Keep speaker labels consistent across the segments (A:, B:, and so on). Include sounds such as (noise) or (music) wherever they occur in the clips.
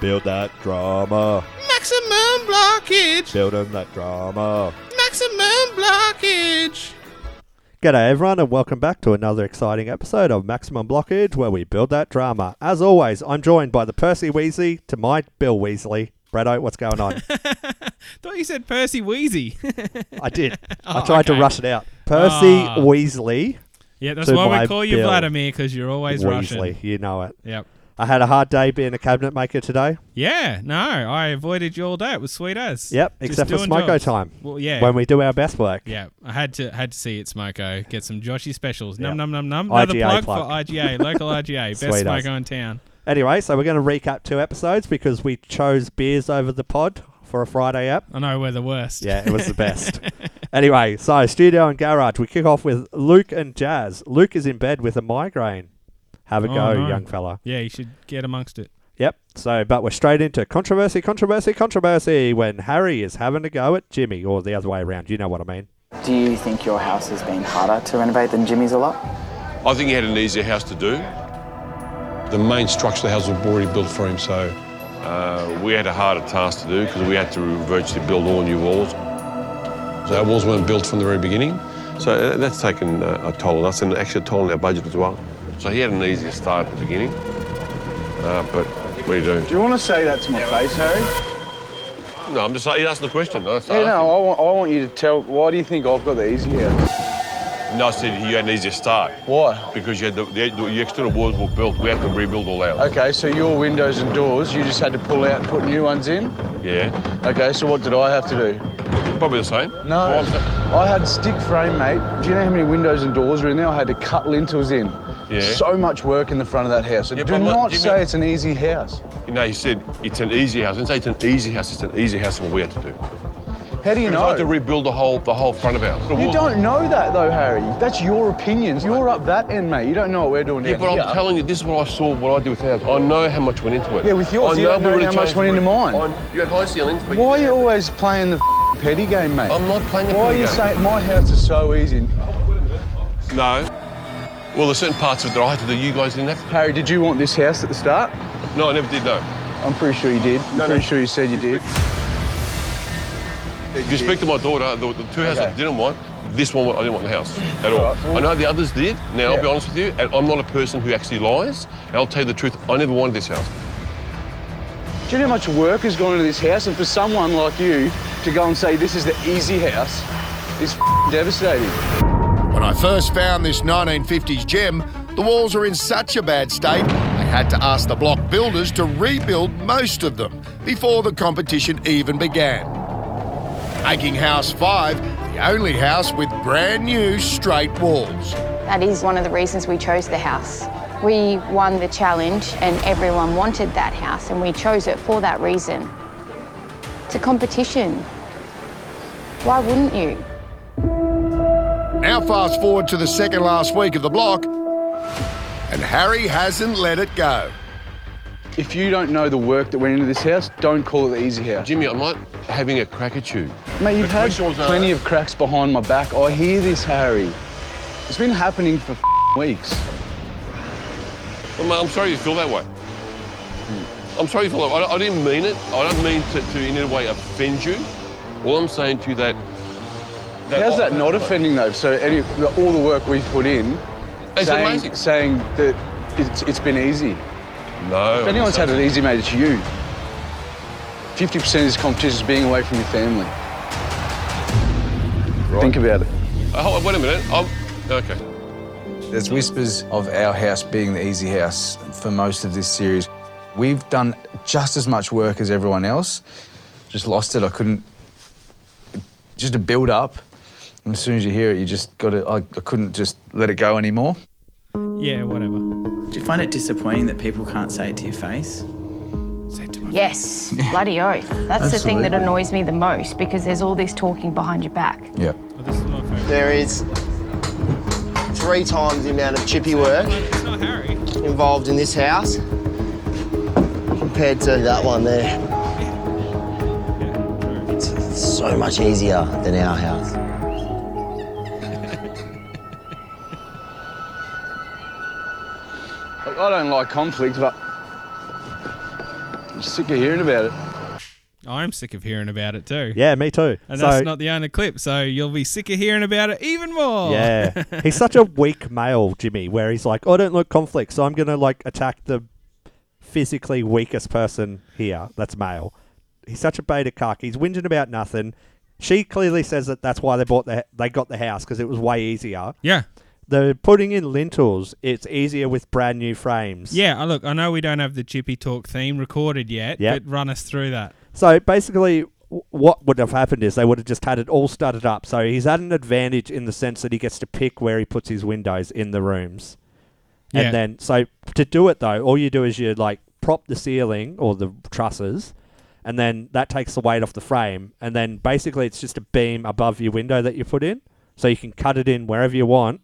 A: Build that drama.
B: Maximum blockage.
A: Build on that drama.
B: Maximum blockage.
A: G'day everyone and welcome back to another exciting episode of Maximum Blockage where we build that drama. As always, I'm joined by the Percy Weasley to my Bill Weasley. Bretto, what's going
B: (laughs)
A: on?
B: (laughs) Thought you said Percy (laughs) Wheezy.
A: I did. I
B: Oh,
A: tried to
B: okay.
A: rush it out. Percy
B: Ah.
A: Weasley.
B: yeah, that's
A: To
B: why
A: my
B: we call you
A: Bill
B: Vladimir because you're always
A: Weasley,
B: Russian.
A: you know it.
B: Yep.
A: I had a hard day being a cabinet maker today.
B: Yeah. No, I avoided you all day. It was sweet as.
A: Yep,
B: Just
A: except for
B: doing
A: Smoko
B: jobs.
A: time
B: Well, yeah.
A: when we do our best work.
B: yeah, I had to had to see it, Smoko. Get some Joshy specials. Num
A: Yep.
B: num num num. Another
A: IGA
B: plug,
A: plug. (laughs)
B: for IGA, local IGA, best
A: Sweet as.
B: Smoko in town.
A: Anyway, so we're going to recap two episodes because we chose beers over the pod for a Friday app.
B: I know we're the worst.
A: Yeah, it was the
B: (laughs)
A: best. anyway, so studio and garage. We kick off with Luke and Jazz. Luke is in bed with a migraine. Have a
B: Oh,
A: go,
B: no.
A: young fella.
B: Yeah, you should get amongst it.
A: Yep. So, but we're straight into controversy, controversy, controversy when Harry is having a go at Jimmy, or the other way around. You know what I mean.
C: Do you think your house has been harder to renovate than Jimmy's a lot?
D: I think he had an easier house to do.
E: The main structure of the house was already built for him, so
D: Uh, we had a harder task to do because we had to virtually build all new walls.
E: our walls weren't built from the very beginning.
D: So uh, that's taken uh, a toll on us and actually a toll on our budget as well. So he had an easier start at the beginning. Uh, but what do you do?
F: Do you want to say that to my face, Harry?
D: No, I'm just he's asking the question. No, that's
F: Yeah, no, I want, I want you to tell. Why do you think I've got the easy house?
D: asking. no, I said you had an easier start
F: Why?
D: because you had the, the, the external walls were built. We had to rebuild all ours.
F: Okay, so your windows and doors, you just had to pull out and put new ones in.
D: Yeah,
F: Okay, so what did I have to do?
D: probably the same.
F: No,
D: Well, I'm sa-
F: I had stick frame, mate. Do you know how many windows and doors were in there? I had to cut lintels in.
D: Yeah.
F: So much work in the front of that house. And
D: Yeah,
F: do
D: but what-
F: not
D: do you
F: say
D: mean-
F: it's an easy house.
D: You know, he said it's an easy house. I didn't say it's an easy house. It's an easy house. What we had to do.
F: How do you
D: We had to
F: know?
D: rebuild the whole the whole front of ours.
F: You don't know that though, Harry. That's your opinions. You're up that end, mate. You don't know what we're doing
D: Yeah,
F: down
D: but I'm
F: here.
D: telling you, this is what I saw, what I do with ours. I know how much went into it.
F: Yeah, with yours,
D: I
F: you don't know
D: we
F: how much
D: changed
F: went into
D: the-
F: mine.
D: I- You had high ceilings, but
F: Why are you always playing the f***ing petty game, mate?
D: I'm not playing the
F: Why
D: petty
F: are you
D: game.
F: saying my house is so easy?
D: No. Well, there's certain parts of it that I had to do. You guys didn't have
F: Harry, did you want this house at the start?
D: to. No, I never did. No.
F: I'm pretty sure you did. I'm
D: No, no.
F: pretty sure you said you did.
D: If you speak to my daughter, the, the two houses
F: Okay.
D: I didn't want, this one I didn't want the house at all.
F: Alright, well-
D: I know the others did. Now I'll be
F: Yeah.
D: honest with you, and I'm not a person who actually lies. And I'll tell you the truth. I never wanted this house.
F: Do you know how much work has gone into this house? And for someone like you to go and say this is the easy house is f***ing devastating.
G: When I first found this 1950s gem, the walls are in such a bad state, I had to ask the block builders to rebuild most of them before the competition even began. Making House 5 the only house with brand new straight walls.
H: That is one of the reasons we chose the house. We won the challenge and everyone wanted that house and we chose it for that reason. It's a competition. Why wouldn't you?
G: Now, fast forward to the second last week of the block, and Harry hasn't let it go.
F: If you don't know the work that went into this house, don't call it the easy house.
D: Jimmy, I'm not having a crack at you.
F: Mate, you've
D: The
F: had
D: questions are-
F: plenty of cracks behind my back. I hear this, Harry. It's been happening for f***ing weeks.
D: Well, mate, I'm sorry you feel that way. Hmm. I'm sorry you feel that way. I, I didn't mean it. I don't mean to, to in any way offend you. All I'm saying to you that. that
F: How's that not offending though? So any, the, all the work we've put in,
D: It's
F: saying,
D: amazing.
F: saying that it's, it's been easy.
D: No.
F: If anyone's had it easy, mate, it's you. 50% of this competition is being away from your family. Think about it.
D: Oh, hold on, wait a minute. I'm, okay.
I: There's whispers of our house being the easy house for most of this series. We've done just as much work as everyone else. Just lost it. I couldn't. Just a build up. And as soon as you hear it, you just got to. I, I couldn't just let it go anymore.
B: Yeah, whatever.
C: Do you find it disappointing that people can't say it to your face?
H: Yes, bloody oath. That's the thing that
I: Absolutely.
H: annoys me the most because there's all this talking behind your back.
I: Yeah.
B: Well, this is my favorite.
J: There is three times the amount of chippy work
B: It's not Harry.
J: involved in this house compared to that one there. It's so much easier than our house.
F: Like, I don't like conflict, but I'm sick of hearing about it.
B: I'm sick of hearing about it too.
A: Yeah, me too.
B: And
A: so,
B: that's not the only clip, so you'll be sick of hearing about it even more.
A: yeah, he's such a weak male, Jimmy, where he's like, oh, I don't like conflict, so I'm gonna like attack the physically weakest person here. That's male. He's such a beta cuck. He's whinging about nothing. She clearly says that that's why they bought the they got the house because it was way easier.
B: yeah.
A: They're putting in lintels. It's easier with brand new frames.
B: Yeah, uh, look, I know we don't have the Chippy Talk theme recorded yet,
A: Yep.
B: but run us through that.
A: So basically, w- what would have happened is they would have just had it all studded up. So he's had an advantage in the sense that he gets to pick where he puts his windows in the rooms.
B: Yeah.
A: And then, so to do it though, all you do is you like prop the ceiling or the trusses, and then that takes the weight off the frame. And then basically, it's just a beam above your window that you put in. So you can cut it in wherever you want.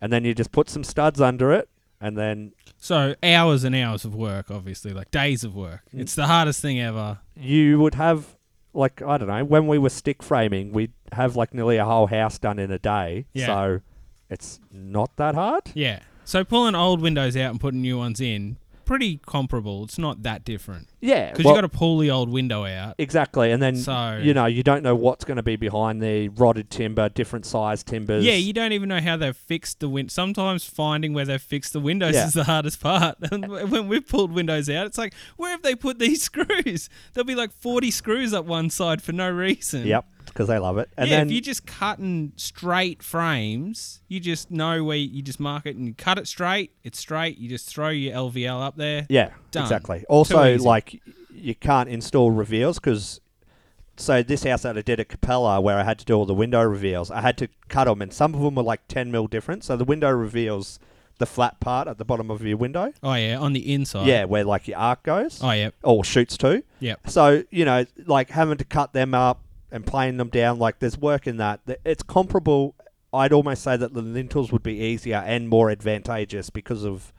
A: And then you just put some studs under it. And then
B: So hours and hours of work, obviously, like days of work.
A: Mm.
B: It's the hardest thing ever.
A: you would have like I don't know when we were stick framing, we'd have like nearly a whole house done in a day.
B: Yeah.
A: So it's not that hard.
B: Yeah. So pulling old windows out and putting new ones in, pretty comparable. It's not that different.
A: Yeah,
B: Because
A: well-
B: you got to pull the old window out.
A: Exactly, and then
B: So-
A: you know you don't know what's going to be behind the rotted timber, different size timbers.
B: Yeah, you don't even know how they've fixed the wind. Sometimes finding where they've fixed the windows
A: Yeah.
B: is the hardest part. (laughs) And w- when we've pulled windows out, it's like, where have they put these (laughs) screws? There'll be like 40 screws up one side for no reason.
A: Yep, because they love it. And
B: yeah,
A: then
B: if you're just cutting straight frames, you just know where you just mark it and you cut it straight. It's straight. You just throw your LVL up there.
A: Yeah,
B: Done.
A: exactly.
B: Too
A: Also,
B: easy.
A: like y- you can't install reveals because. So this house that I did at Capella, where I had to do all the window reveals, I had to cut them, and some of them were like ten mil different. So the window reveals the flat part at the bottom of your window.
B: oh yeah, on the inside.
A: Yeah, where like your arc goes.
B: Oh, yep.
A: Or shoots to.
B: Yep.
A: So you know, like having to cut them up and playing them down, like there's work in that. Th- It's comparable. I'd almost say that the lintels would be easier and more advantageous because of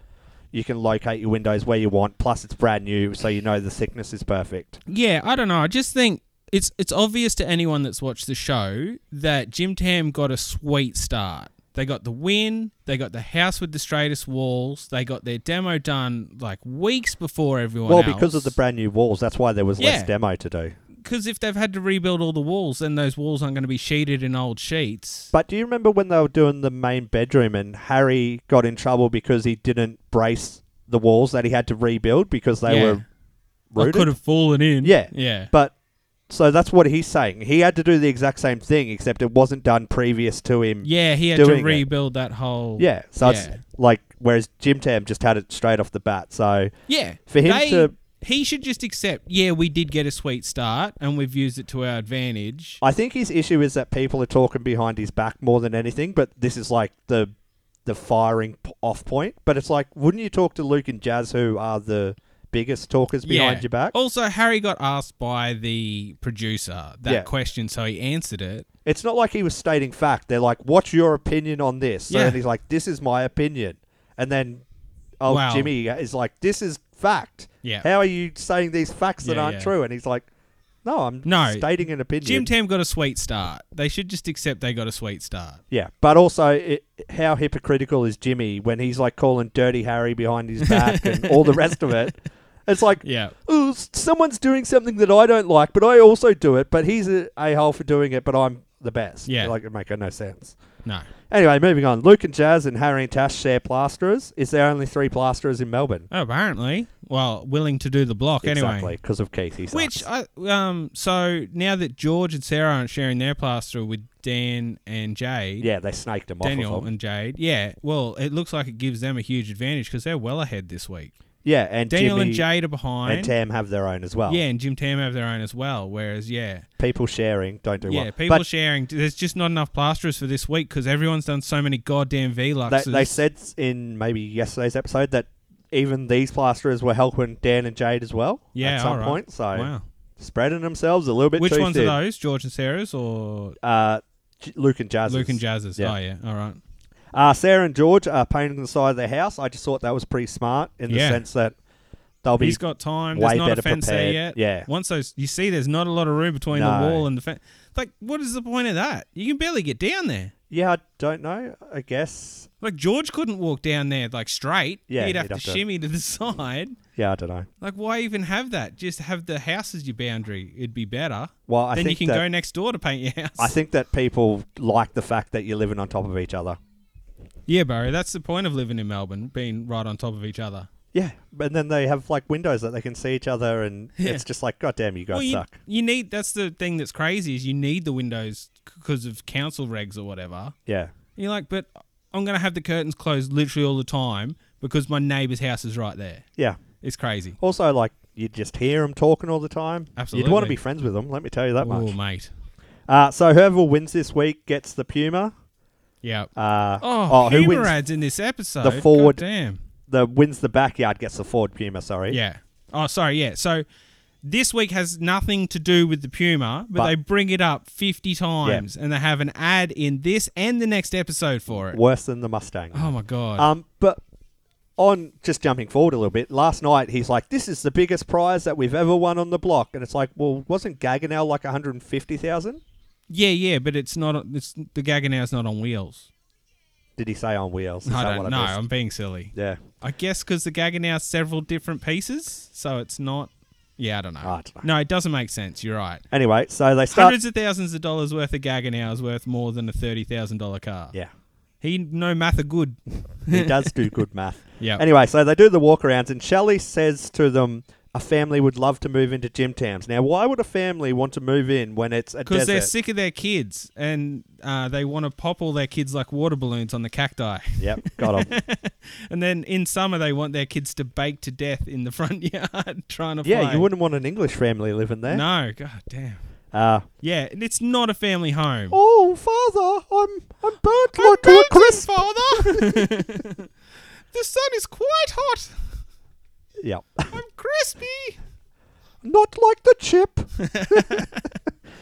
A: you can locate your windows where you want. Plus, it's brand new, so you know the thickness is perfect.
B: Yeah, I don't know. I just think it's it's obvious to anyone that's watched the show that Jim Tam got a sweet start. They got the win, they got the house with the straightest walls, they got their demo done like weeks before everyone
A: Well,
B: else.
A: because of the brand new walls, that's why there was less
B: Yeah.
A: demo to do.
B: Because if they've had to rebuild all the walls, then those walls aren't going to be sheeted in old sheets.
A: But do you remember when they were doing the main bedroom and Harry got in trouble because he didn't brace the walls that he had to rebuild because they
B: Yeah.
A: were
B: I
A: rooted?
B: could have fallen in.
A: Yeah.
B: Yeah.
A: But so that's what he's saying. He had to do the exact same thing, except it wasn't done previous to him.
B: yeah, he had
A: doing
B: to
A: it.
B: rebuild that whole.
A: Yeah. So
B: Yeah.
A: it's like whereas Jim Tam just had it straight off the bat. So
B: Yeah.
A: For him
B: They-
A: to-
B: He should just accept, yeah, we did get a sweet start and we've used it to our advantage.
A: I think his issue is that people are talking behind his back more than anything. But this is like the the firing p- off point. But it's like, wouldn't you talk to Luke and Jazz, who are the biggest talkers behind
B: Yeah.
A: your back?
B: Also, Harry got asked by the producer that
A: Yeah.
B: question, so he answered it.
A: It's not like he was stating fact. They're like, "What's your opinion on this?" So
B: Yeah.
A: then he's like, "This is my opinion," and then oh,
B: Wow.
A: Jimmy is like, "This is fact."
B: Yeah.
A: How are you saying these facts that
B: Yeah,
A: aren't
B: yeah.
A: true? And he's like, "No, I'm
B: No.
A: stating an opinion."
B: Jim Tam got a sweet start. They should just accept they got a sweet start.
A: yeah, but also, it, how hypocritical is Jimmy when he's like calling Dirty Harry behind his
B: (laughs)
A: back and all the rest of it? It's like,
B: Yeah.
A: "Oh, s- someone's doing something that I don't like, but I also do it. But he's a a hole for doing it, but I'm the best.
B: Yeah.
A: like it make no sense.
B: No.
A: Anyway, moving on. Luke and Jazz and Harry and Tash share plasterers. Is there only three plasterers in Melbourne?
B: Oh, apparently, well, willing to do the block
A: Exactly,
B: anyway.
A: because of Keith. He sucks.
B: Which I um so now that George and Sarah aren't sharing their plaster with Dan and Jade,
A: yeah, they snaked him off
B: Daniel
A: of him.
B: and Jade, yeah. Well, it looks like it gives them a huge advantage because they're well ahead this week.
A: yeah, and
B: Daniel
A: Jimmy
B: and Jade are
A: and
B: behind,
A: Tam have their own as well.
B: yeah, and Jim Tam have their own as well. Whereas, yeah,
A: people sharing don't do
B: Yeah,
A: well.
B: people
A: but
B: sharing. There's just not enough plasterers for this week because everyone's done so many goddamn Vluxes.
A: they, they said s- in maybe yesterday's episode that even these plasterers were helping Dan and Jade as well.
B: Yeah,
A: at some
B: all right.
A: point. So
B: Wow.
A: spreading themselves a little bit.
B: Which
A: too
B: ones
A: thin.
B: are those? George and Sarah's or
A: Uh, J- Luke and Jazz.
B: Luke and Jazz's?
A: Yeah.
B: Oh yeah, all right.
A: Uh, Sarah and George are painting the side of their house. I just thought that was pretty smart in the
B: Yeah.
A: sense that They'll be
B: He's got time.
A: way
B: There's not
A: better
B: a fence
A: prepared.
B: there yet.
A: Yeah.
B: Once those, you see, there's not a lot of room between
A: No.
B: the wall and the fence. Like, what is the point of that? You can barely get down there.
A: Yeah, I don't know. I guess.
B: Like George couldn't walk down there like straight.
A: Yeah,
B: he'd have to shimmy to the (laughs) side.
A: Yeah, I don't know.
B: Like, why even have that? Just have the house as your boundary. It'd be better.
A: Well, I
B: then
A: think
B: you can
A: that-
B: go next door to paint your (laughs) house.
A: I think that people like the fact that you're living on top of each other.
B: Yeah, Barry, that's the point of living in Melbourne, being right on top of each other.
A: Yeah, and then they have like windows that they can see each other, and
B: Yeah.
A: it's just like, God damn, you guys
B: you,
A: suck.
B: you need that's the thing that's crazy is you need the windows because of council regs or whatever.
A: Yeah,
B: And you're like, but I'm going to have the curtains closed literally all the time because my neighbour's house is right there.
A: yeah.
B: It's crazy.
A: Also, like you just hear them talking all the time. you'd want
B: Absolutely.
A: to be friends with them. Let me tell you that
B: Oh,
A: much.
B: mate.
A: Uh, so whoever wins this week gets the Puma.
B: Yeah.
A: Uh,
B: oh,
A: who
B: Puma
A: wins?
B: ads in this episode.
A: forward-
B: Damn.
A: The wins the backyard gets the Ford Puma. Sorry.
B: Yeah. Oh, sorry. Yeah. So this week has nothing to do with the Puma, but,
A: But-
B: they bring it up 50 times and they have an ad in this and the next episode for it.
A: Worse than the Mustang.
B: Oh, my God.
A: Um, but on just jumping forward a little bit, last night he's like, "This is the biggest prize that we've ever won on the block," and it's like, "Well, wasn't Gaggenau like one hundred and fifty thousand?
B: yeah, yeah, but it's not, it's the Gaganow's not on wheels.
A: Did he say on wheels? Is
B: I
A: that
B: don't
A: what
B: know.
A: missed?
B: I'm being silly.
A: yeah,
B: I guess because the Gaganow's several different pieces, so it's not. Yeah, I don't know.
A: I don't
B: No, it doesn't make sense. You're right.
A: Anyway, so they start.
B: Hundreds of thousands of dollars worth of Gaganow is worth more than a thirty thousand dollar car.
A: (laughs) Yeah,
B: He no math are good.
A: he does do
B: (laughs)
A: good math.
B: Yep.
A: Anyway, so they do the walkarounds, and Shelley says to them, "A family would love to move into Jim Tams. Now, why would a family want to move in when it's a
B: Because
A: desert?
B: they're sick of their kids and uh, they want to pop all their kids like water balloons on the cacti. (laughs)
A: Yep, got him.
B: And then in summer, they want their kids to bake to death in the front (laughs) yard trying to
A: yeah,
B: play.
A: you wouldn't want an English family living there.
B: No, god damn.
A: Uh,
B: Yeah, and it's not a family home.
A: oh, father, I'm I'm burnt
B: I'm
A: like to a
B: burnt,
A: crisp. (laughs)
B: father. the sun is quite hot.
A: Yep.
B: I'm crispy.
A: (laughs) Not like the
B: (laughs)
A: chip.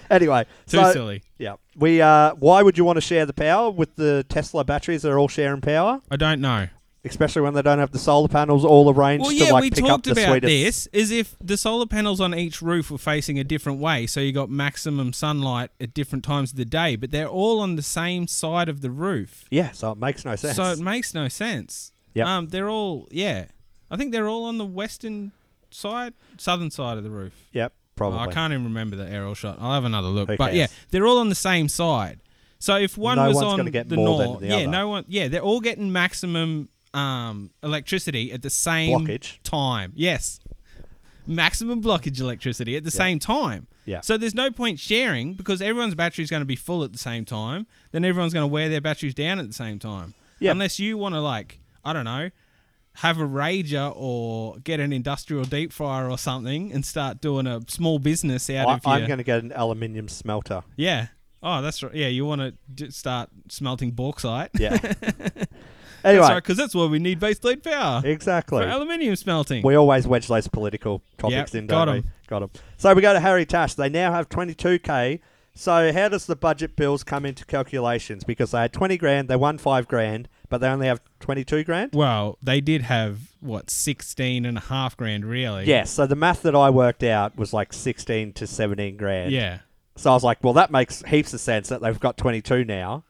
A: anyway,
B: Too
A: so,
B: silly.
A: Yeah, we. Uh, why would you want to share the power with the Tesla batteries? They're all sharing power,
B: I don't know.
A: especially when they don't have the solar panels all arranged
B: Well,
A: to
B: yeah,
A: like
B: we
A: pick up
B: talked
A: the
B: about
A: sweetest.
B: this. Is if the solar panels on each roof were facing a different way, so you got maximum sunlight at different times of the day, but they're all on the same side of the roof,
A: Yeah, so it makes no sense.
B: so it makes no sense.
A: Yep.
B: Um, they're all yeah. I think they're all on the western side, southern side of the roof.
A: yep, probably.
B: I can't even remember the aerial shot. I'll have another look.
A: Who
B: but
A: cares?
B: yeah, they're all on the same side. So if one
A: No
B: was
A: one's
B: on
A: gonna get
B: the
A: more than
B: north,
A: the
B: yeah,
A: other.
B: no one, yeah, they're all getting maximum um, electricity at the same
A: Blockage.
B: time. Yes, maximum blockage electricity at the same time.
A: Yeah.
B: So there's no point sharing because everyone's battery's going to be full at the same time. Then everyone's going to wear their batteries down at the same time.
A: Yeah.
B: Unless you want to like, I don't know, have a rager or get an industrial deep fryer or something and start doing a small business out
A: I,
B: of
A: I'm
B: your-
A: going to get an aluminium
B: (laughs)
A: smelter.
B: yeah. Oh, that's right. Yeah, you want to d- start smelting bauxite.
A: Yeah.
B: That's
A: anyway,
B: right, because that's why we need base lead power
A: exactly.
B: for aluminium smelting.
A: We always wedge those political topics
B: Yep,
A: in,
B: got
A: don't
B: 'em.
A: we? Got them. So we go to Harry Tash. They now have 22k. So how does the budget bills come into calculations? Because they had 20 grand, they won five grand, but they only have 22 grand.
B: well, they did have what 16 and a half grand really.
A: Yes. So the math that I worked out was like 16 to 17 grand.
B: Yeah.
A: So I was like, well, that makes heaps of sense that they've got 22 now.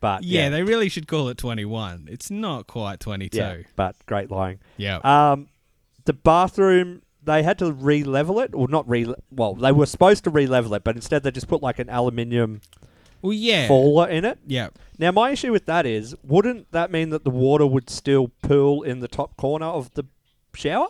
A: But
B: Yeah,
A: yeah,
B: they really should call it 21. It's not quite 22.
A: yeah. But great lying.
B: Yeah.
A: Um, the bathroom they had to re-level it, or not re. Well, they were supposed to re-level it, but instead they just put like an aluminium
B: well, yeah.
A: baller in it.
B: Yeah.
A: Now my issue with that is, wouldn't that mean that the water would still pool in the top corner of the shower?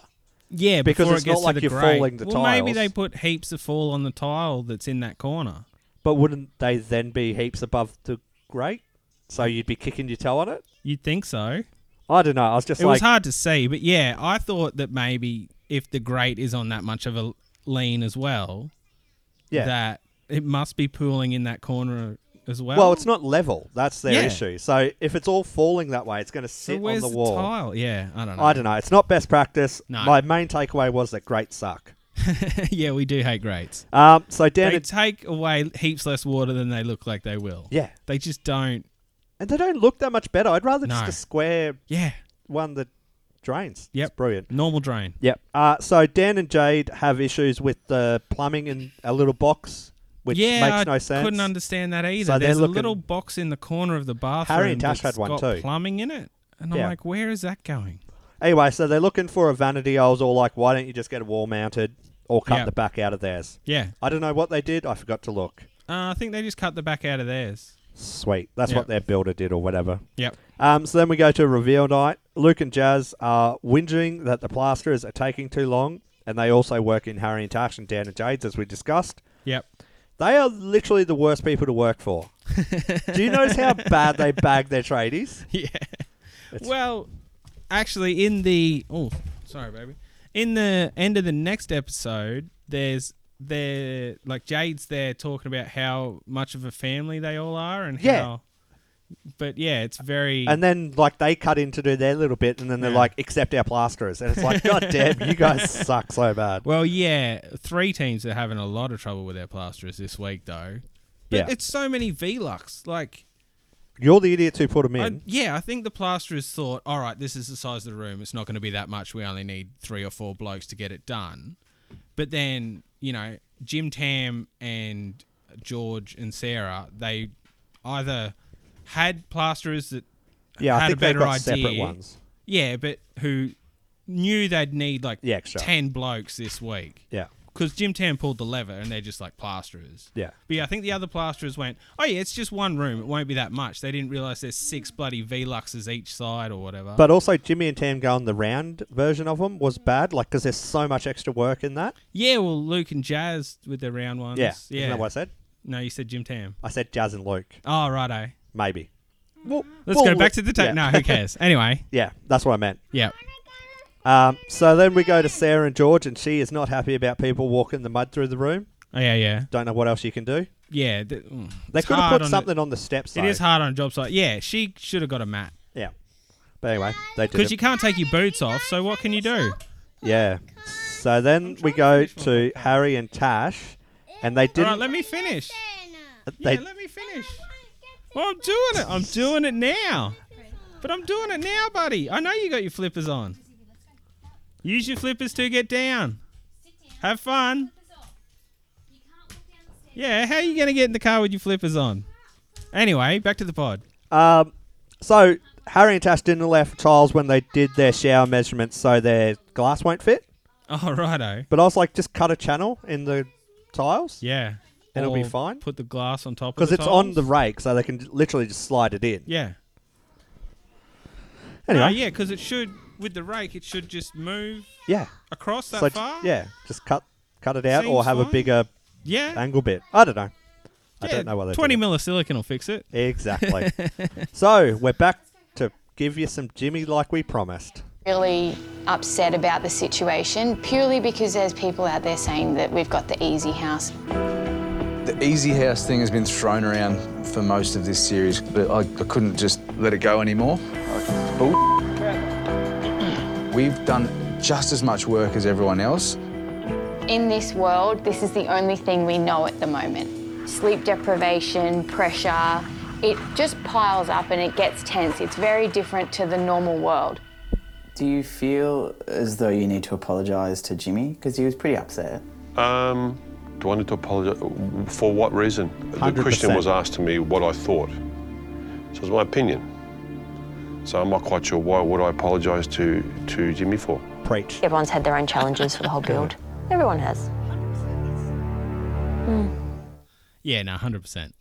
B: Yeah,
A: Because
B: before
A: it's
B: it gets
A: not like
B: to the
A: you're
B: grate.
A: falling the
B: well, maybe
A: tiles.
B: they put heaps of fall on the tile that's in that corner.
A: But wouldn't they then be heaps above the grate? So you'd be kicking your toe on it.
B: You'd think so.
A: I don't know. I was just
B: It was
A: like,
B: hard to see, but yeah, I thought that maybe if the grate is on that much of a lean as well,
A: yeah.
B: that it must be pooling in that corner as well.
A: Well, it's not level. That's their
B: Yeah.
A: issue. So if it's all falling that way, it's going to
B: so
A: sit on
B: where's
A: the
B: the,
A: wall.
B: tile? Yeah, I don't know.
A: I don't know. It's not best practice.
B: No.
A: My main takeaway was that great suck.
B: (laughs) yeah, we do hate grates.
A: Um, so down
B: They
A: in,
B: take away heaps less water than they look like they will.
A: Yeah.
B: they just don't.
A: and they don't look that much better. I'd rather
B: No.
A: just a square
B: Yeah,
A: one that drains.
B: Yep.
A: It's brilliant.
B: Normal drain.
A: Yep. Uh, so Dan and Jade have issues with the plumbing in a little box, which
B: yeah,
A: makes
B: I
A: no sense.
B: couldn't understand that either.
A: So they're
B: There's a
A: looking-
B: little box in the corner of the bathroom.
A: Harry and Tash
B: that's
A: had one
B: got
A: too.
B: Plumbing in it, and
A: Yeah.
B: I'm like, where is that going?
A: Anyway, so they're looking for a vanity. I was all like, why don't you just get a wall mounted or cut
B: Yep.
A: the back out of theirs?
B: Yeah,
A: I don't know what they did. I forgot to look.
B: uh, I think they just cut the back out of theirs.
A: Sweet. That's
B: Yep.
A: what their builder did or whatever.
B: Yep.
A: Um, so then we go to reveal night. Luke and Jazz are whinging that the plasterers are taking too long, and they also work in Harry and Tash and Dan and Jade's, as we discussed.
B: Yep. (laughs)
A: They are literally the worst people to work for. Do you notice how bad they bag their
B: (laughs)
A: tradies?
B: Yeah. well, actually, in the oh, sorry, baby. In the end of the next episode, there's there like Jade's there talking about how much of a family they all are and
A: Yeah.
B: how. But yeah, it's very
A: And then, like, they cut in to do their little bit, and then they're
B: Yeah.
A: like, accept our plasterers. And it's
B: (laughs)
A: like, God damn, you guys suck so bad.
B: Well, yeah, three teams are having a lot of trouble with their plasterers this week, though. But
A: Yeah.
B: it's so many Velux. Like,
A: You're the idiots who put them in.
B: I, yeah, I think the plasterers thought, all right, this is the size of the room. It's not going to be that much. We only need three or four blokes to get it done. But then, you know, Jim Tam and George and Sarah, they either had plasterers that
A: yeah,
B: had
A: I think
B: a
A: they've
B: better
A: got
B: idea.
A: separate ones.
B: Yeah, but who knew they'd need like
A: The extra.
B: 10 blokes this week.
A: Yeah.
B: because Jim Tam pulled the lever and they're just like plasterers.
A: Yeah.
B: But yeah, I think the other plasterers went, oh yeah, it's just one room. It won't be that much. They didn't realize there's six bloody Veluxes each side or whatever.
A: But also, Jimmy and Tam going the round version of them was bad, like, because there's so much extra work in that.
B: yeah, well, Luke and Jazz with their round ones.
A: Yeah.
B: Yeah.
A: Isn't that what I said?
B: No, you said Jim Tam.
A: I said Jazz and Luke.
B: Oh, righto.
A: Maybe. Well,
B: Let's
A: well,
B: go back to the tape.
A: yeah.
B: No,
A: (laughs)
B: who cares? anyway,
A: Yeah, that's what I meant.
B: yeah.
A: Um, so then we go to Sarah and George, and she is not happy about people walking the mud through the room.
B: Oh, yeah, yeah.
A: Don't know what else you can do.
B: Yeah. th- mm,
A: They
B: it's
A: could have
B: hard
A: put
B: on
A: something on the steps.
B: The, it
A: though.
B: is hard on a job site. Yeah, she should have got a mat.
A: Yeah. But anyway, they did.
B: Because you can't take your boots off, so what can you do?
A: Yeah. So then we go to Harry and Tash, and they
B: All
A: didn't.
B: right, let me finish.
A: they
B: yeah, let me finish. Well, I'm doing it. I'm doing it now. But I'm doing it now, buddy. I know you got your flippers on. Use your flippers to get down. Have fun. Yeah, how are you going to get in the car with your flippers on? Anyway, back to the pod. (laughs)
A: Um, so Harry and Tash didn't allow for trials when they did their shower measurements, so their glass won't fit.
B: Oh, righto.
A: But I was like, just cut a channel in the tiles
B: Yeah.
A: And it'll be
B: Or
A: fine?
B: Put the glass on top of
A: because
B: the
A: it's on
B: tiles.
A: the rake, so they can literally just slide it in.
B: Yeah.
A: Anyway,
B: Oh, yeah, because it should, with the rake, it should just move
A: yeah.
B: across that
A: So j-
B: far.
A: yeah, just cut cut it out or
B: Seems
A: have a
B: fine.
A: bigger
B: Yeah.
A: angle bit. I don't know. I
B: Yeah,
A: don't know what they
B: 20 mil of silicon will fix it. (laughs)
A: Exactly. so we're back to give you some Jimmy like we promised.
H: really upset about the situation purely because there's people out there saying that we've got the easy house.
I: The easy house thing has been thrown around for most of this series, but I, I couldn't just let it go anymore. Like, bull- (clears throat) We've done just as much work as everyone else.
H: In this world, this is the only thing we know at the moment. Sleep deprivation, pressure, it just piles up and it gets tense. It's very different to the normal world.
C: Do you feel as though you need to apologise to Jimmy? Because he was pretty upset.
E: Um, do I need to apologise? For what reason? The
A: 100%.
E: question was asked to me what I thought. So it's my opinion. So I'm not quite sure why would I apologise to, to Jimmy for.
A: Preach.
K: Everyone's had their own challenges for the whole build. Everyone has.
B: Yeah, no, 100%.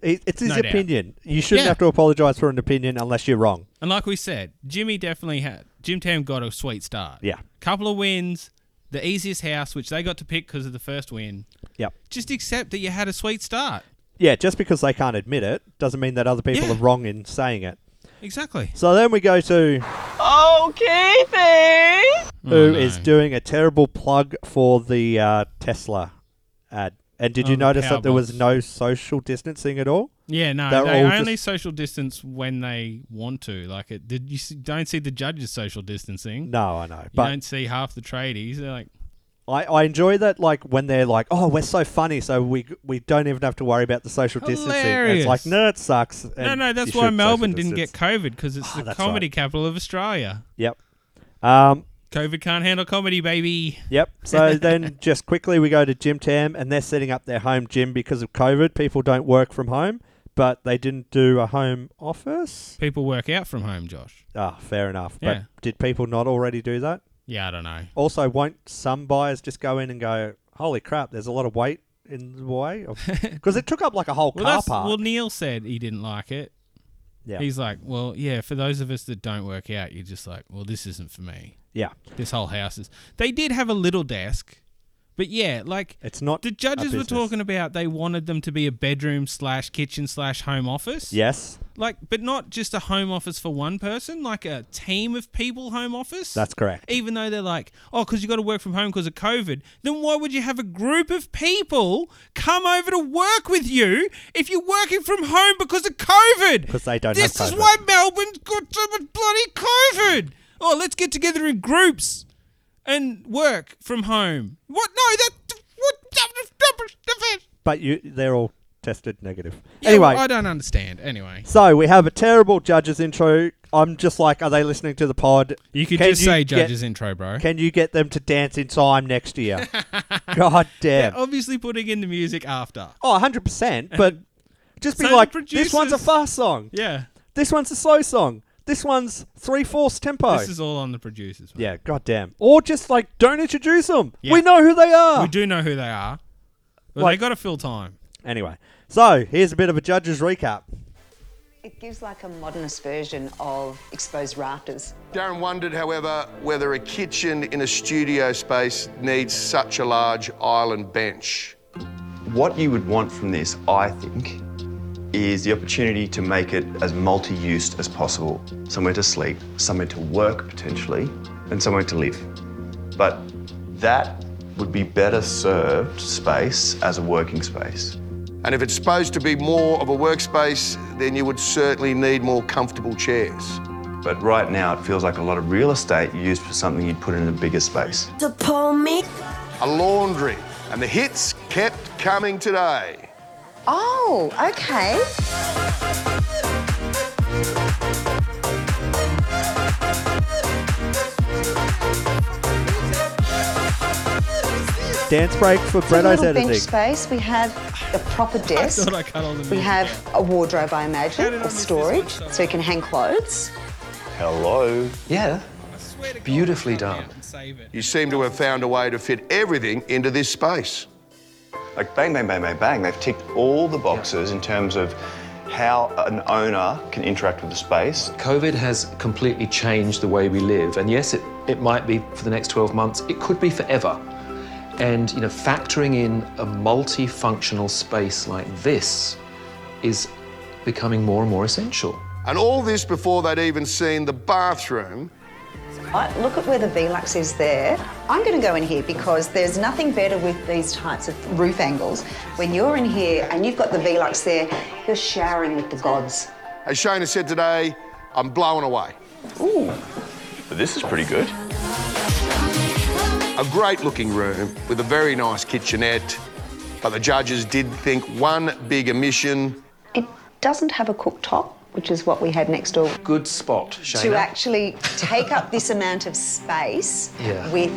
A: It, it's his
B: No doubt.
A: opinion. You shouldn't
B: Yeah.
A: have to apologise for an opinion unless you're wrong.
B: And like we said, Jimmy definitely had Jim Tam got a sweet start.
A: Yeah.
B: couple of wins, the easiest house, which they got to pick because of the first win.
A: Yep.
B: Just accept that you had a sweet start.
A: Yeah, just because they can't admit it doesn't mean that other people
B: Yeah.
A: are wrong in saying it.
B: Exactly.
A: So then we go to
K: Okay,
B: Oh,
K: thanks.
A: who is doing a terrible plug for the uh, Tesla ad. And did
B: Oh,
A: you
B: the
A: notice
B: power
A: that there was
B: box.
A: no social distancing at all?
B: Yeah, no,
A: They're
B: they
A: all
B: only
A: just-
B: social distance when they want to. Like it, did you see, don't see the judges social distancing?
A: No, I know.
B: you
A: But
B: don't see half the tradies. They're like,
A: I, I enjoy that like when they're like, oh, we're so funny, so we we don't even have to worry about the social distancing. And it's like,
B: Hilarious.
A: no, it sucks. and
B: no, no, that's
A: you
B: why
A: should
B: Melbourne
A: social
B: didn't get
A: distance."
B: COVID because it's
A: Oh,
B: the
A: that's
B: comedy
A: right.
B: capital of Australia.
A: Yep. Um,
B: COVID can't handle comedy, baby.
A: Yep.
B: (laughs)
A: So then just quickly we go to Gym Tam and they're setting up their home gym because of COVID. People don't work from home, but they didn't do a home office.
B: People work out from home, Josh.
A: Ah, fair enough.
B: Yeah.
A: But did people not already do that?
B: Yeah, I don't know.
A: Also, won't some buyers just go in and go, holy crap, there's a lot of weight in the way?
B: (laughs)
A: Because it took up like a whole
B: Well,
A: car
B: that's,
A: park.
B: well, Neil said he didn't like it.
A: Yeah.
B: He's like, well, yeah. For those of us that don't work out, you're just like, well, this isn't for me.
A: Yeah.
B: This whole house is. They did have a little desk, but yeah, like
A: it's not.
B: The judges were
A: business.
B: talking about they wanted them to be a bedroom slash kitchen slash home office.
A: yes,
B: Like, but not just a home office for one person, like a team of people home office.
A: that's correct.
B: even though they're like, oh, because you got to work from home because of COVID, then why would you have a group of people come over to work with you if you're working from home because of COVID?
A: Because they don't
B: this
A: have
B: is
A: COVID.
B: why Melbourne's got so much bloody COVID. Oh, let's get together in groups and work from home. What? No, that. What?
A: But you, they're all tested negative.
B: Yeah,
A: anyway,
B: I don't understand. Anyway,
A: So we have a terrible judges intro. I'm just like, are they listening to the pod?
B: you could
A: Can
B: just say
A: get-
B: judges intro, bro.
A: Can you get them to dance in time next
B: (laughs)
A: year? God damn.
B: They're obviously putting in the music after.
A: Oh, 100%. But just be
B: So the
A: like, this one's a
B: producers-
A: fast song.
B: Yeah,
A: This one's a slow song. This one's three fourths tempo.
B: this is all on the producers. mate.
A: yeah, god damn. Or just like, don't introduce them.
B: Yeah.
A: We know who they are.
L: Oh.
B: We do know who they are. But
A: Like-
B: they got to fill time.
A: Anyway, so here's a bit of a judges recap.
L: It gives like a modernist version of exposed rafters.
M: Darren wondered, however, whether a kitchen in a studio space needs such a large island bench.
N: What you would want from this, I think, is the opportunity to make it as multi used as possible somewhere to sleep, somewhere to work potentially, and somewhere to live. But that would be better served space as a working space.
M: And if it's supposed to be more of a workspace, then you would certainly need more comfortable chairs.
N: But right now, it feels like a lot of real estate used for something you'd put in a bigger space.
M: To pull me. A laundry. And the hits kept coming today.
K: Oh, okay.
A: Dance break for
L: So the
A: Bretto's
L: little bench
A: editing.
L: space, we have the proper desk.
A: thought I cut all the
L: we
A: music
L: have a wardrobe, I imagine, or storage, so you can hang clothes.
M: Hello. Yeah.
N: Beautifully done.
M: You seem to have found a way to fit everything into this space.
N: Like bang, bang, bang, bang, bang. They've ticked all the boxes in terms of how an owner can interact with the space.
O: COVID has completely changed the way we live. And yes, it, it might be for the next 12 months, it could be forever. And you know, factoring in a multifunctional space like this is becoming more and more essential.
M: And all this before they'd even seen the bathroom.
L: Right, look at where the VLUX is there. I'm going to go in here because there's nothing better with these types of roof angles. When you're in here and you've got the VLUX there, you're showering with the gods.
M: As Shona said today, I'm blown away. Ooh.
N: But this is pretty good.
M: A great looking room with a very nice kitchenette, but the judges did think one big omission.
L: It doesn't have a cooktop, which is what we had next door.
O: Good spot,
L: To
O: Shana.
L: actually take up this amount of space
O: Yeah.
L: with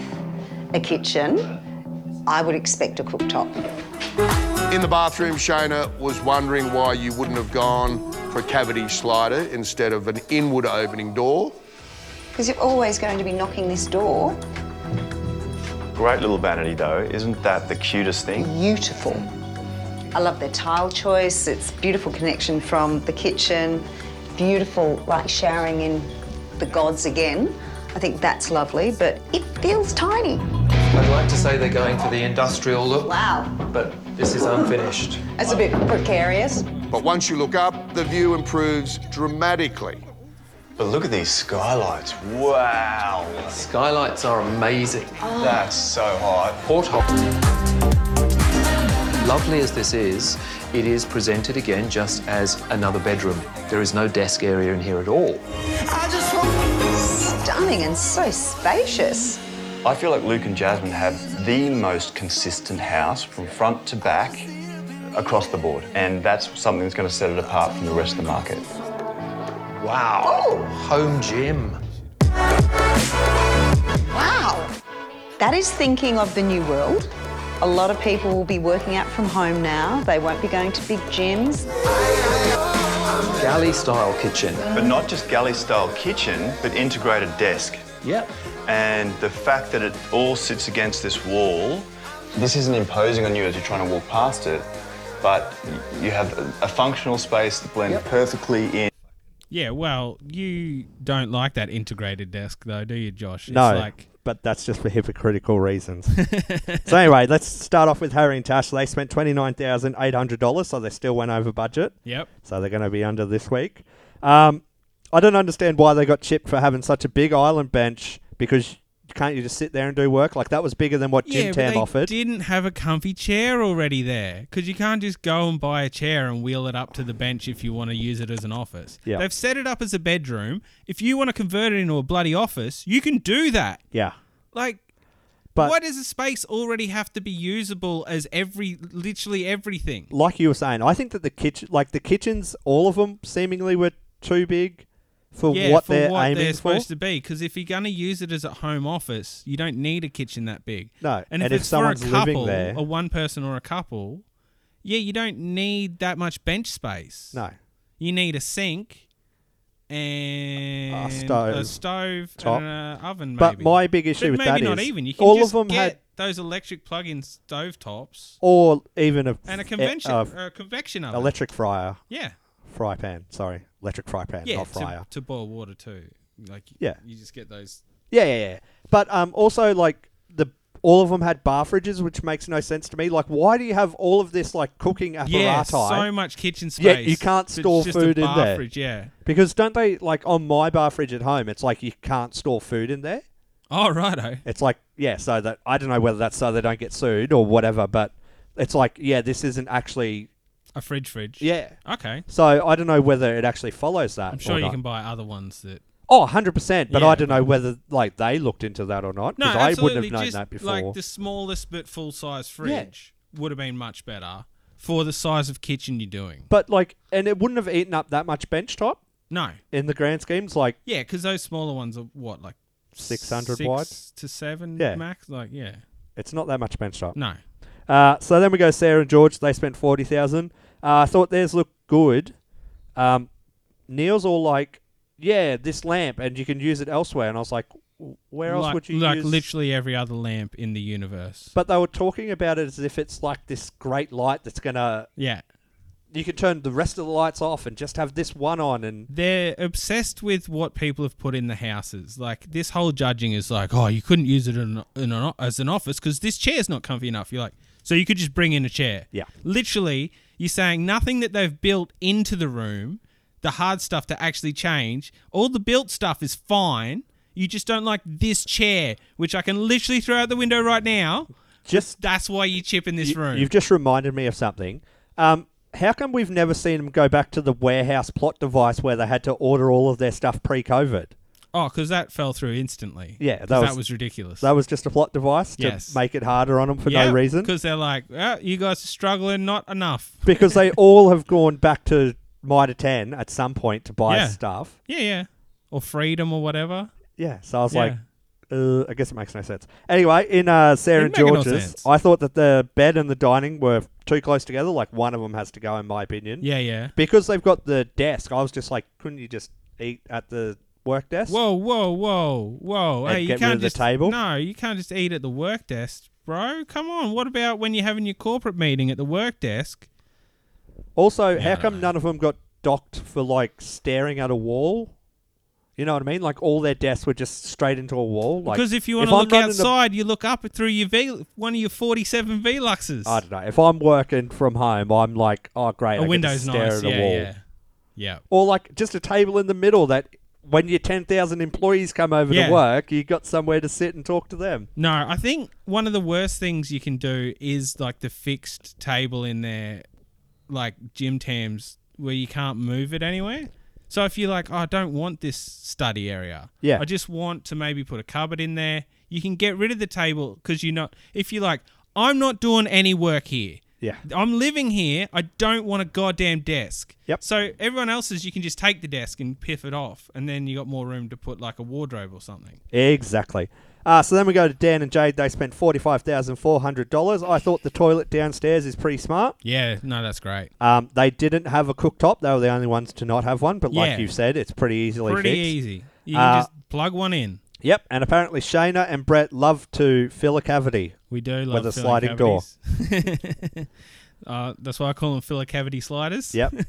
L: a kitchen, I would expect a cooktop.
M: In the bathroom, Shona was wondering why you wouldn't have gone for a cavity slider instead of an inward opening door.
L: Because you're always going to be knocking this door.
N: Great little vanity though, isn't that the cutest thing?
L: Beautiful. I love their tile choice. It's beautiful connection from the kitchen. Beautiful, like showering in the gods again. I think that's lovely, but it feels tiny.
O: I'd like to say they're going for the industrial look.
L: Wow.
O: But this is unfinished.
L: That's a bit precarious.
M: But once you look up, the view improves dramatically.
N: But look at these skylights. Wow.
O: Skylights are amazing.
N: Oh.
O: That's so hot. Porthole. Lovely as this is, it is presented again just as another bedroom. There is no desk area in here at all.
L: Stunning and so spacious.
N: I feel like Luke and Jasmine have the most consistent house from front to back across the board. And that's something that's going to set it apart from the rest of the market. Wow.
O: Home gym.
L: That is thinking of the new world. A lot of people will be working out from home now. They won't be going to big gyms.
N: Galley style kitchen. But not just galley style kitchen, but integrated desk. Yep. And the fact that it all sits against this wall. This isn't imposing on you as you're trying to walk past it, but you have a functional space that blends perfectly in.
B: Yeah, well, you don't like that integrated desk, though, do you, Josh?
A: no,
B: It's like,
A: but that's just for hypocritical reasons. (laughs) so anyway, let's start off with Harry and Tash. They spent twenty nine thousand eight hundred dollars, so they still went over budget.
B: Yep.
A: So they're going to be under this week. Um, I don't understand why they got chipped for having such a big island bench because can't you just sit there and do work? Like that was bigger than what Jim
B: yeah, but
A: Tam
B: they
A: offered.
B: didn't have a comfy chair already there because you can't just go and buy a chair and wheel it up to the bench if you want to use it as an office.
A: Yeah.
B: They've set it up as a bedroom. If you want to convert it into a bloody office, you can do that.
A: Yeah.
B: Like,
A: But-
B: why does a space already have to be usable as every, literally everything?
A: like you were saying, I think that the kitchen, like the kitchens, all of them seemingly were too big for
B: yeah,
A: what
B: for
A: they're
B: what
A: aiming
B: they're
A: for.
B: supposed to be. Because if you're going to use it as a home office, you don't need a kitchen that big.
A: No,
B: and
A: and
B: if,
A: if
B: it's
A: someone's
B: for a
A: living
B: couple,
A: there-
B: a one person or a couple, yeah, you don't need that much bench space.
A: No.
B: you need a sink and
A: stove
B: a stove
A: top.
B: and an oven. Maybe.
A: But my big issue
B: But
A: with
B: maybe
A: that
B: not
A: is
B: even. You can
A: all of
B: just
A: them
B: get
A: had-
B: those electric plug-in stove tops
A: or even a
B: and a
A: f-
B: convention,
A: uh,
B: a convection oven.
A: electric fryer.
B: Yeah.
A: fry pan. Sorry, electric fry pan,
B: yeah,
A: not
B: to-
A: fryer.
B: to, boil water too. Like
A: Yeah.
B: you just get those.
A: Yeah, yeah, yeah. But um, also like the all of them had bar fridges, which makes no sense to me. Like, why do you have all of this like cooking
B: Yeah,
A: apparatus?
B: so much kitchen space.
A: Yet you can't
B: but
A: store
B: it's just a
A: food in
B: bar
A: there.
B: Fridge, yeah.
A: Because don't they like on my bar fridge at home? It's like you can't store food in there.
B: Oh righto.
A: It's like yeah, so that I don't know whether that's so they don't get sued or whatever, but it's like yeah, this isn't actually
B: A fridge fridge.
A: Yeah.
B: Okay.
A: So I don't know whether it actually follows that.
B: I'm
A: or
B: sure you
A: not.
B: can buy other
A: (laughs)
B: ones that.
A: Oh, 100%, but
B: Yeah,
A: I don't know whether like they looked into that or not
B: No,
A: because I
B: absolutely.
A: wouldn't have known
B: just
A: that before.
B: like the smallest but full size fridge would have been much better for the size of kitchen you're doing.
A: But like, and it wouldn't have eaten up that much bench top.
B: No.
A: In the grand schemes, like
B: Yeah, because those smaller ones are what like
A: 600
B: six
A: wide?
B: to seven
A: Yeah.
B: max. Like yeah.
A: it's not that much bench top.
B: No.
A: Uh, so then we go Sarah and George. They spent forty thousand. Uh, I thought theirs looked good. Um, Neil's all like, "Yeah, this lamp, and you can use it elsewhere." And I was like, "W- "Where else
B: like,
A: would you
B: like
A: use?"
B: literally every other lamp in the universe?
A: but they were talking about it as if it's like this great light that's gonna.
B: Yeah.
A: You can turn the rest of the lights off and just have this one on, and
B: They're obsessed with what people have put in the houses. Like this whole judging is like, oh, you couldn't use it in, in an, o- as an office because this chair's not comfy enough. You're like, so you could just bring in a chair.
A: Yeah.
B: Literally, you're saying nothing that they've built into the room, the hard stuff to actually change. All the built stuff is fine. You just don't like this chair, which I can literally throw out the window right now.
A: Just
B: that's why you chip in this room.
A: You've just reminded me of something. Um, how come we've never seen them go back to the warehouse plot device where they had to order all of their stuff pre-COVID?
B: Oh, because that fell through instantly.
A: Yeah,
B: 'Cause
A: that was,
B: ridiculous.
A: That was just a plot device to
B: Yes.
A: make it harder on them for no reason.
B: Because they're like, "Ah, you guys are struggling, not enough.
A: Because
B: (laughs)
A: they all have gone back to Mitre 10 at some point to buy
B: Yeah.
A: stuff.
B: Yeah, yeah. Or freedom or whatever.
A: Yeah, so I was
B: Yeah.
A: like, uh, I guess it makes no sense. Anyway, in uh, Sarah
B: It'd
A: and
B: make no
A: George's,
B: sense.
A: I thought that the bed and the dining were too close together. Like one of them has to go, in my opinion.
B: Yeah, yeah.
A: Because they've got the desk, I was just like, couldn't you just eat at the work desk?
B: Whoa, whoa, whoa, whoa.
A: And
B: hey, you
A: get rid
B: can't
A: of the
B: just,
A: table?
B: No, you can't just eat at the work desk, bro. Come on. What about when you're having your corporate meeting at the work desk?
A: Also, how come none of them got docked for like staring at a wall? You know what I mean? Like all their desks were just straight into a wall. Like,
B: because if you want to
A: I'm
B: look
A: running the-
B: outside, you look up through your v, one of your 47 Vluxes.
A: I don't know. If I'm working from home, I'm like, oh great, I
B: A
A: get to
B: window's
A: stare
B: nice.
A: at a
B: Yeah,
A: wall.
B: yeah. Yeah.
A: Or like just a table in the middle that when your ten thousand employees come over
B: Yeah.
A: to work, you got somewhere to sit and talk to them.
B: No, I think one of the worst things you can do is like the fixed table in there, like gym tams, where you can't move it anywhere. So if you're like, oh, I don't want this study area.
A: Yeah.
B: I just want to maybe put a cupboard in there. You can get rid of the table because you're not. If you're like, I'm not doing any work here.
A: Yeah.
B: I'm living here. I don't want a goddamn desk.
A: Yep.
B: So everyone else's, you can just take the desk and piff it off, and then you got more room to put like a wardrobe or something.
A: Exactly. Uh, so then we go to Dan and Jade. They spent forty-five thousand four hundred dollars. I thought the toilet downstairs is pretty smart.
B: Yeah, no, that's great.
A: Um, they didn't have a cooktop. They were the only ones to not have one. But
B: Yeah.
A: like you said, it's pretty easily
B: Pretty
A: fixed.
B: easy. You
A: Uh,
B: can just plug one in.
A: Yep, and apparently Shayna and Brett love to fill a cavity.
B: We do love
A: with a
B: filling
A: sliding
B: cavities. (laughs) uh, that's why I call them filler cavity sliders.
A: door.
B: (laughs)
A: Yep.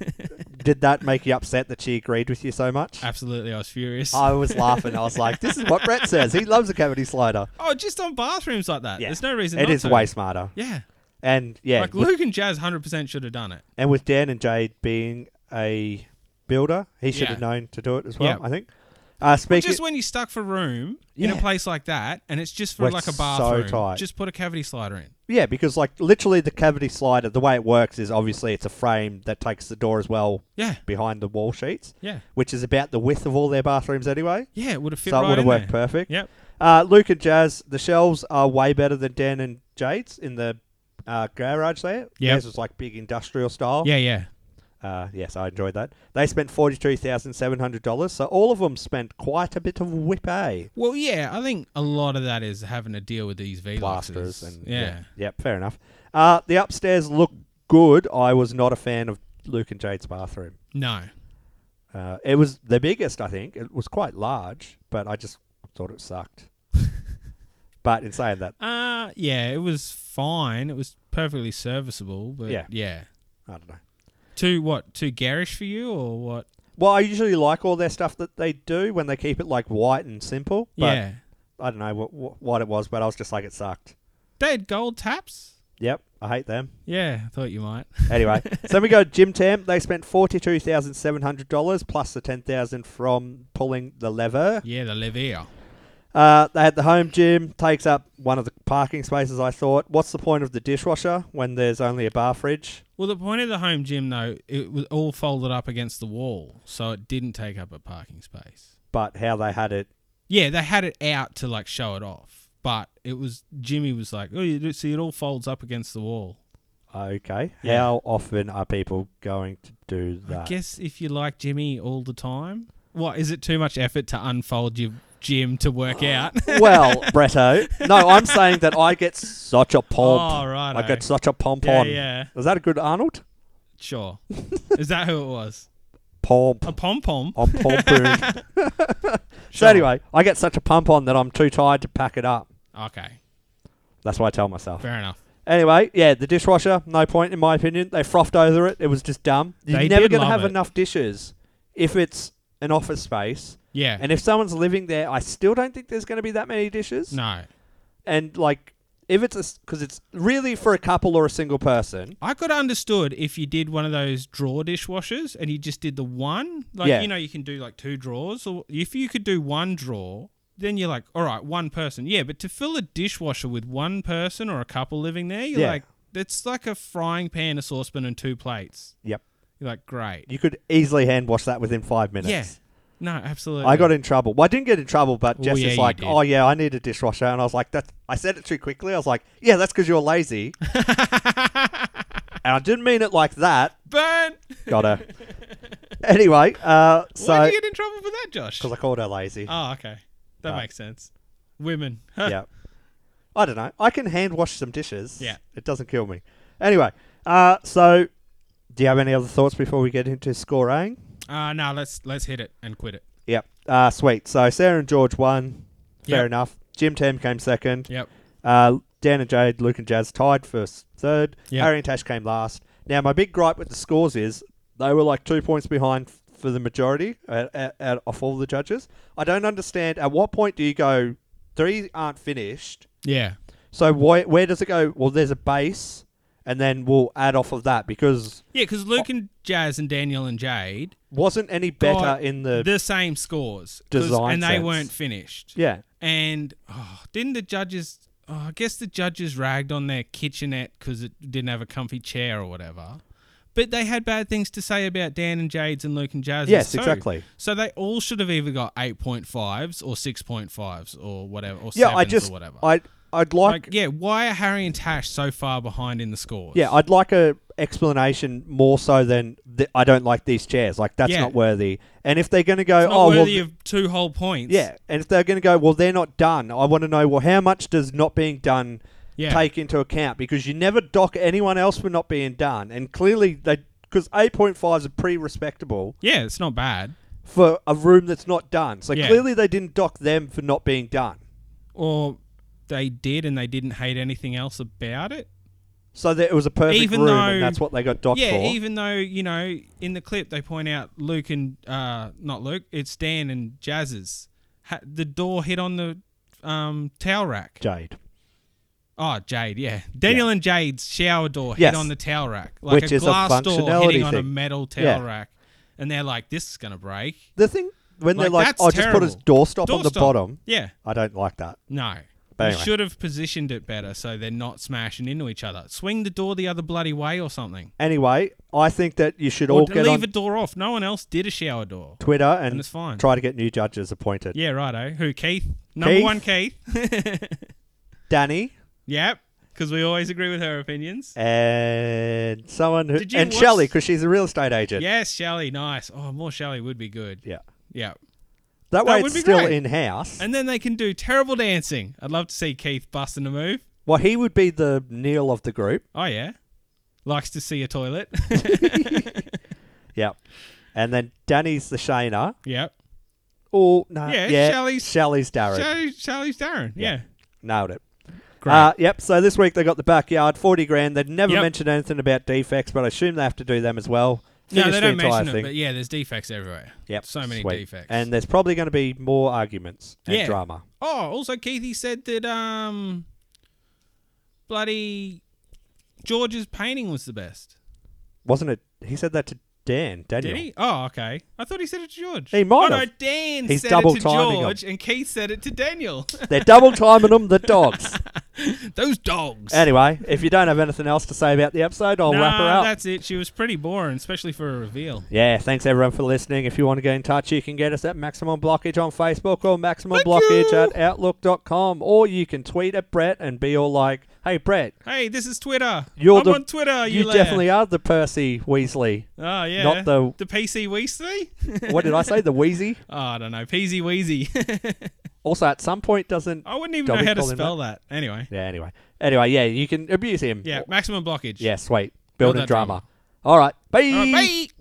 A: Did that make you upset that she agreed with you so much?
B: Absolutely, I was furious.
A: I was laughing. I was like, "This is what Brett says. He loves a cavity slider.
B: Oh, just on bathrooms like that. There's no reason.
A: It
B: not
A: is
B: to.
A: way smarter."
B: Yeah.
A: And yeah,
B: like
A: with-
B: Luke and Jazz, hundred percent should have done it.
A: And with Dan and Jade being a builder, he should
B: Yeah.
A: have known to do it as well.
B: Yeah.
A: I think. Uh, speaking
B: just when you're stuck for room in a
A: Yeah.
B: place like that, and it's just for
A: Where
B: like a
A: it's so
B: bathroom,
A: tight.
B: just put a cavity slider in.
A: Yeah, because like literally the cavity slider, the way it works is obviously it's a frame that takes the door as well.
B: Yeah.
A: Behind the wall sheets.
B: Yeah.
A: Which is about the width of all their bathrooms anyway.
B: Yeah, it would have fit
A: So
B: right
A: it would have
B: in
A: worked
B: there.
A: perfect.
B: Yep.
A: Uh, Luke and Jazz, the shelves are way better than Dan and Jade's in the uh, garage there.
B: Yep.
A: Theirs was like big industrial style.
B: Yeah, yeah.
A: Uh, yes, I enjoyed that. They spent forty two thousand seven hundred dollars, so all of them spent quite a bit of whip eh? a
B: Well, yeah, I think a lot of that is having to deal with these V
A: plasters and
B: yeah.
A: yep, fair enough. Uh, the upstairs looked good. I was not a fan of Luke and Jade's bathroom.
B: No.
A: Uh, it was the biggest, I think. It was quite large, but I just thought it
B: (laughs)
A: sucked. but in saying that,
B: Uh yeah, it was fine. It was perfectly serviceable, but yeah.
A: Yeah.
B: yeah.
A: I don't know.
B: Too what? Too garish for you or what?
A: Well, I usually like all their stuff that they do when they keep it like white and simple. But
B: Yeah.
A: I don't know what, what what it was, but I was just like it sucked.
B: They had gold taps?
A: Yep, I hate them.
B: Yeah, I thought you might. (laughs)
A: Anyway, so we go to Jim Tam. They spent forty two thousand seven hundred dollars plus the ten thousand from pulling the lever.
B: Yeah, the Levia.
A: Uh, they had the home gym takes up one of the parking spaces. I thought, what's the point of the dishwasher when there's only a bar fridge?
B: Well, the point of the home gym though, it was all folded up against the wall, so it didn't take up a parking space.
A: But how they had it,
B: Yeah, they had it out to like show it off, but it was Jimmy was like, "Oh, you do- see, it all folds up against the wall."
A: okay?
B: Yeah.
A: How often are people going to do that?
B: I guess if you like Jimmy all the time, what is it too much effort to unfold your gym to
A: Oh.
B: work out?
A: (laughs)
B: (laughs)
A: well, Bretto, no, I'm saying that I get such a pomp.
B: Oh, righto.
A: I get such a pomp
B: Yeah,
A: on.
B: yeah.
A: Is that a good Arnold?
B: sure, is that who it was?
A: Pomp.
B: A pom pom. (laughs)
A: I'm pompooned. So
B: Sure.
A: anyway, I get such a pump on that I'm too tired to pack it up.
B: Okay,
A: That's what I tell myself.
B: fair enough.
A: Anyway, yeah, the dishwasher, no point in my opinion. They frothed over it. It was just dumb. You're
B: They
A: never
B: did
A: gonna
B: love
A: have
B: it.
A: enough dishes if it's an office space.
B: Yeah.
A: And if someone's living there, I still don't think there's going to be that many dishes.
B: No,
A: And like, if it's because it's really for a couple or a single person.
B: I could have understood if you did one of those drawer dishwashers and you just did the one. Like
A: Yeah.
B: you know, you can do like two drawers, or if you could do one drawer. Then you're like, all right, one person. Yeah, but to fill a dishwasher with one person or a couple living there, you're
A: Yeah.
B: like, it's like a frying pan, a saucepan, and two plates.
A: Yep.
B: You're like, great.
A: You could easily hand wash that within five minutes.
B: Yeah. No, absolutely.
A: I got in trouble. Well, I didn't get in trouble, but
B: Oh,
A: Jess
B: yeah,
A: is
B: you
A: like,
B: did.
A: "Oh yeah, I need a dishwasher," and I was like, "That's." I said it too quickly. I was like, "Yeah, that's because you're
B: (laughs)
A: lazy," and I didn't mean it like that.
B: Burn!
A: Got her. anyway, uh,
B: Why
A: so
B: did you get in trouble for that, Josh?
A: because I called her lazy.
B: Oh, okay. That
A: Uh,
B: makes sense. Women.
A: yeah. I don't know. I can hand wash some dishes.
B: Yeah.
A: It doesn't kill me. Anyway, uh, so do you have any other thoughts before we get into scoring?
B: Uh, no, let's let's hit it and quit it.
A: Yep. Uh, sweet. So Sarah and George won. Fair
B: Yep.
A: enough. Jim Tam came second.
B: Yep.
A: Uh, Dan and Jade, Luke and Jazz tied for s- third.
B: Yep.
A: Harry and Tash came last. Now, my big gripe with the scores is they were like two points behind f- for the majority uh, uh, uh, of all the judges. I don't understand. At what point do you go, three aren't finished?
B: Yeah.
A: So why, where does it go? Well, there's a base, and then we'll add off of that because
B: Yeah, because Luke and Jazz and Daniel and Jade
A: wasn't any Oh. better
B: got
A: in the,
B: the same scores 'cause-
A: Design
B: and they
A: sense.
B: weren't finished.
A: Yeah.
B: And oh, didn't the judges? Oh, I guess the judges ragged on their kitchenette because it didn't have a comfy chair or whatever. But they had bad things to say about Dan and Jade's and Luke and Jazz.
A: Yes, exactly.
B: So they all should have either got eight point fives or six point fives or whatever, or
A: yeah.
B: sevens
A: I just
B: or whatever.
A: I I'd like
B: Like, yeah, why are Harry and Tash so far behind in the scores?
A: Yeah, I'd like a explanation more so than th- I don't like these chairs. Like that's
B: Yeah.
A: not worthy. And if they're going to go,
B: It's not
A: oh well,
B: worthy of two whole points.
A: yeah. And if they're going to go, well, they're not done. I want to know, well, how much does not being done
B: Yeah.
A: take into account? Because you never dock anyone else for not being done, and clearly they because eight point fives are pretty respectable
B: Yeah, it's not bad.
A: for a room that's not done. So
B: Yeah.
A: clearly they didn't dock them for not being done.
B: Or they did and they didn't hate anything else about it.
A: So that it was a perfect
B: Even
A: room,
B: though-
A: and that's what they got docked
B: yeah,
A: for.
B: even though, you know, in the clip they point out Luke and uh not Luke, it's Dan and Jazz's. Ha- the door hit on the um towel rack.
A: Jade.
B: Oh, Jade, yeah. Daniel and Jade's shower door
A: Yes.
B: hit on the towel rack. Like
A: Which
B: a
A: is a
B: glass door
A: functionality
B: hitting on a
A: thing.
B: metal towel
A: Yeah.
B: rack. And they're like, this is going to break.
A: The thing when they're like,
B: that's
A: "Oh, just put a
B: terrible."
A: doorstop on the
B: Doorstop.
A: bottom."
B: Yeah.
A: I don't like that.
B: No.
A: But
B: you
A: anyway.
B: should have positioned it better so they're not smashing into each other. Swing the door the other bloody way or something.
A: Anyway, I think that you should all
B: Or
A: get
B: leave
A: on
B: a door off. No one else did a shower door.
A: Twitter
B: and
A: and,
B: it's fine.
A: try to get new judges appointed.
B: Yeah, righto. Who, Keith? Number
A: Keith?
B: one, Keith. (laughs)
A: Danny
B: yep. Because we always agree with her opinions.
A: Eh. and someone who
B: Did you
A: and
B: watch-
A: Shelley because she's a real estate agent.
B: Yes, Shelly. Nice. Oh, more Shelly would be good.
A: Yeah.
B: Yeah.
A: That way
B: would
A: it's
B: be
A: still
B: great.
A: in house.
B: And then they can do terrible dancing. I'd love to see Keith busting a move.
A: Well, he would be the Neil of the group.
B: Oh, yeah. Likes to see
A: (laughs)
B: a toilet.
A: Yep. And then Danny's the Shana.
B: yep.
A: Oh no.
B: Yeah,
A: yeah
B: Shelley's-
A: Shelley's Darren.
B: Shelly, Shelly's Darren. Yeah.
A: Nailed it. Uh, yep. So this week they got the backyard, forty grand. They never
B: Yep.
A: mentioned anything about defects, but I assume they have to do them as well.
B: No,
A: Finish
B: they
A: the
B: don't
A: entire
B: mention
A: thing.
B: it, but yeah, there's defects everywhere.
A: Yep.
B: So many
A: Sweet.
B: defects.
A: And there's probably going to be more arguments and
B: Yeah.
A: drama.
B: Oh, also Keith, he said that um, bloody George's painting was the best.
A: Wasn't it? He said that to Dan, Daniel.
B: Did he? Oh, okay. I thought he said it to George.
A: He might
B: Oh, no,
A: have.
B: Dan
A: He's
B: said
A: double
B: it to
A: timing 'em.
B: George, and Keith said it to Daniel. (laughs)
A: They're double timing them, the dogs.
B: Those dogs.
A: Anyway, if you don't have anything else to say about the episode, I'll wrap her
B: Nah,
A: up.
B: That's it. She was pretty boring, especially for a reveal.
A: Yeah, thanks everyone for listening. If you want to get in touch, you can get us at Maximum Blockage on Facebook or Maximum Blockage at Outlook.com, or you can tweet at Brett and be all like, hey, Brett,
B: Hey, this is Twitter.
A: you're
B: I'm
A: the.
B: on Twitter. You,
A: You, definitely are the Percy
B: (laughs)
A: Weasley.
B: Oh yeah.
A: Not the.
B: the PC
A: (laughs)
B: Weasley.
A: What did I say? The Wheezy?
B: Oh, I don't know. Peasy Weezy.
A: Also, at some point, doesn't.
B: (laughs) I wouldn't even
A: Dobby
B: know how to
A: call him
B: spell that. Anyway.
A: Yeah, anyway. Anyway, yeah, you can abuse him.
B: Yeah, maximum blockage.
A: Yeah, sweet. Building
B: that
A: drama. All right. Bye.
B: All right, bye.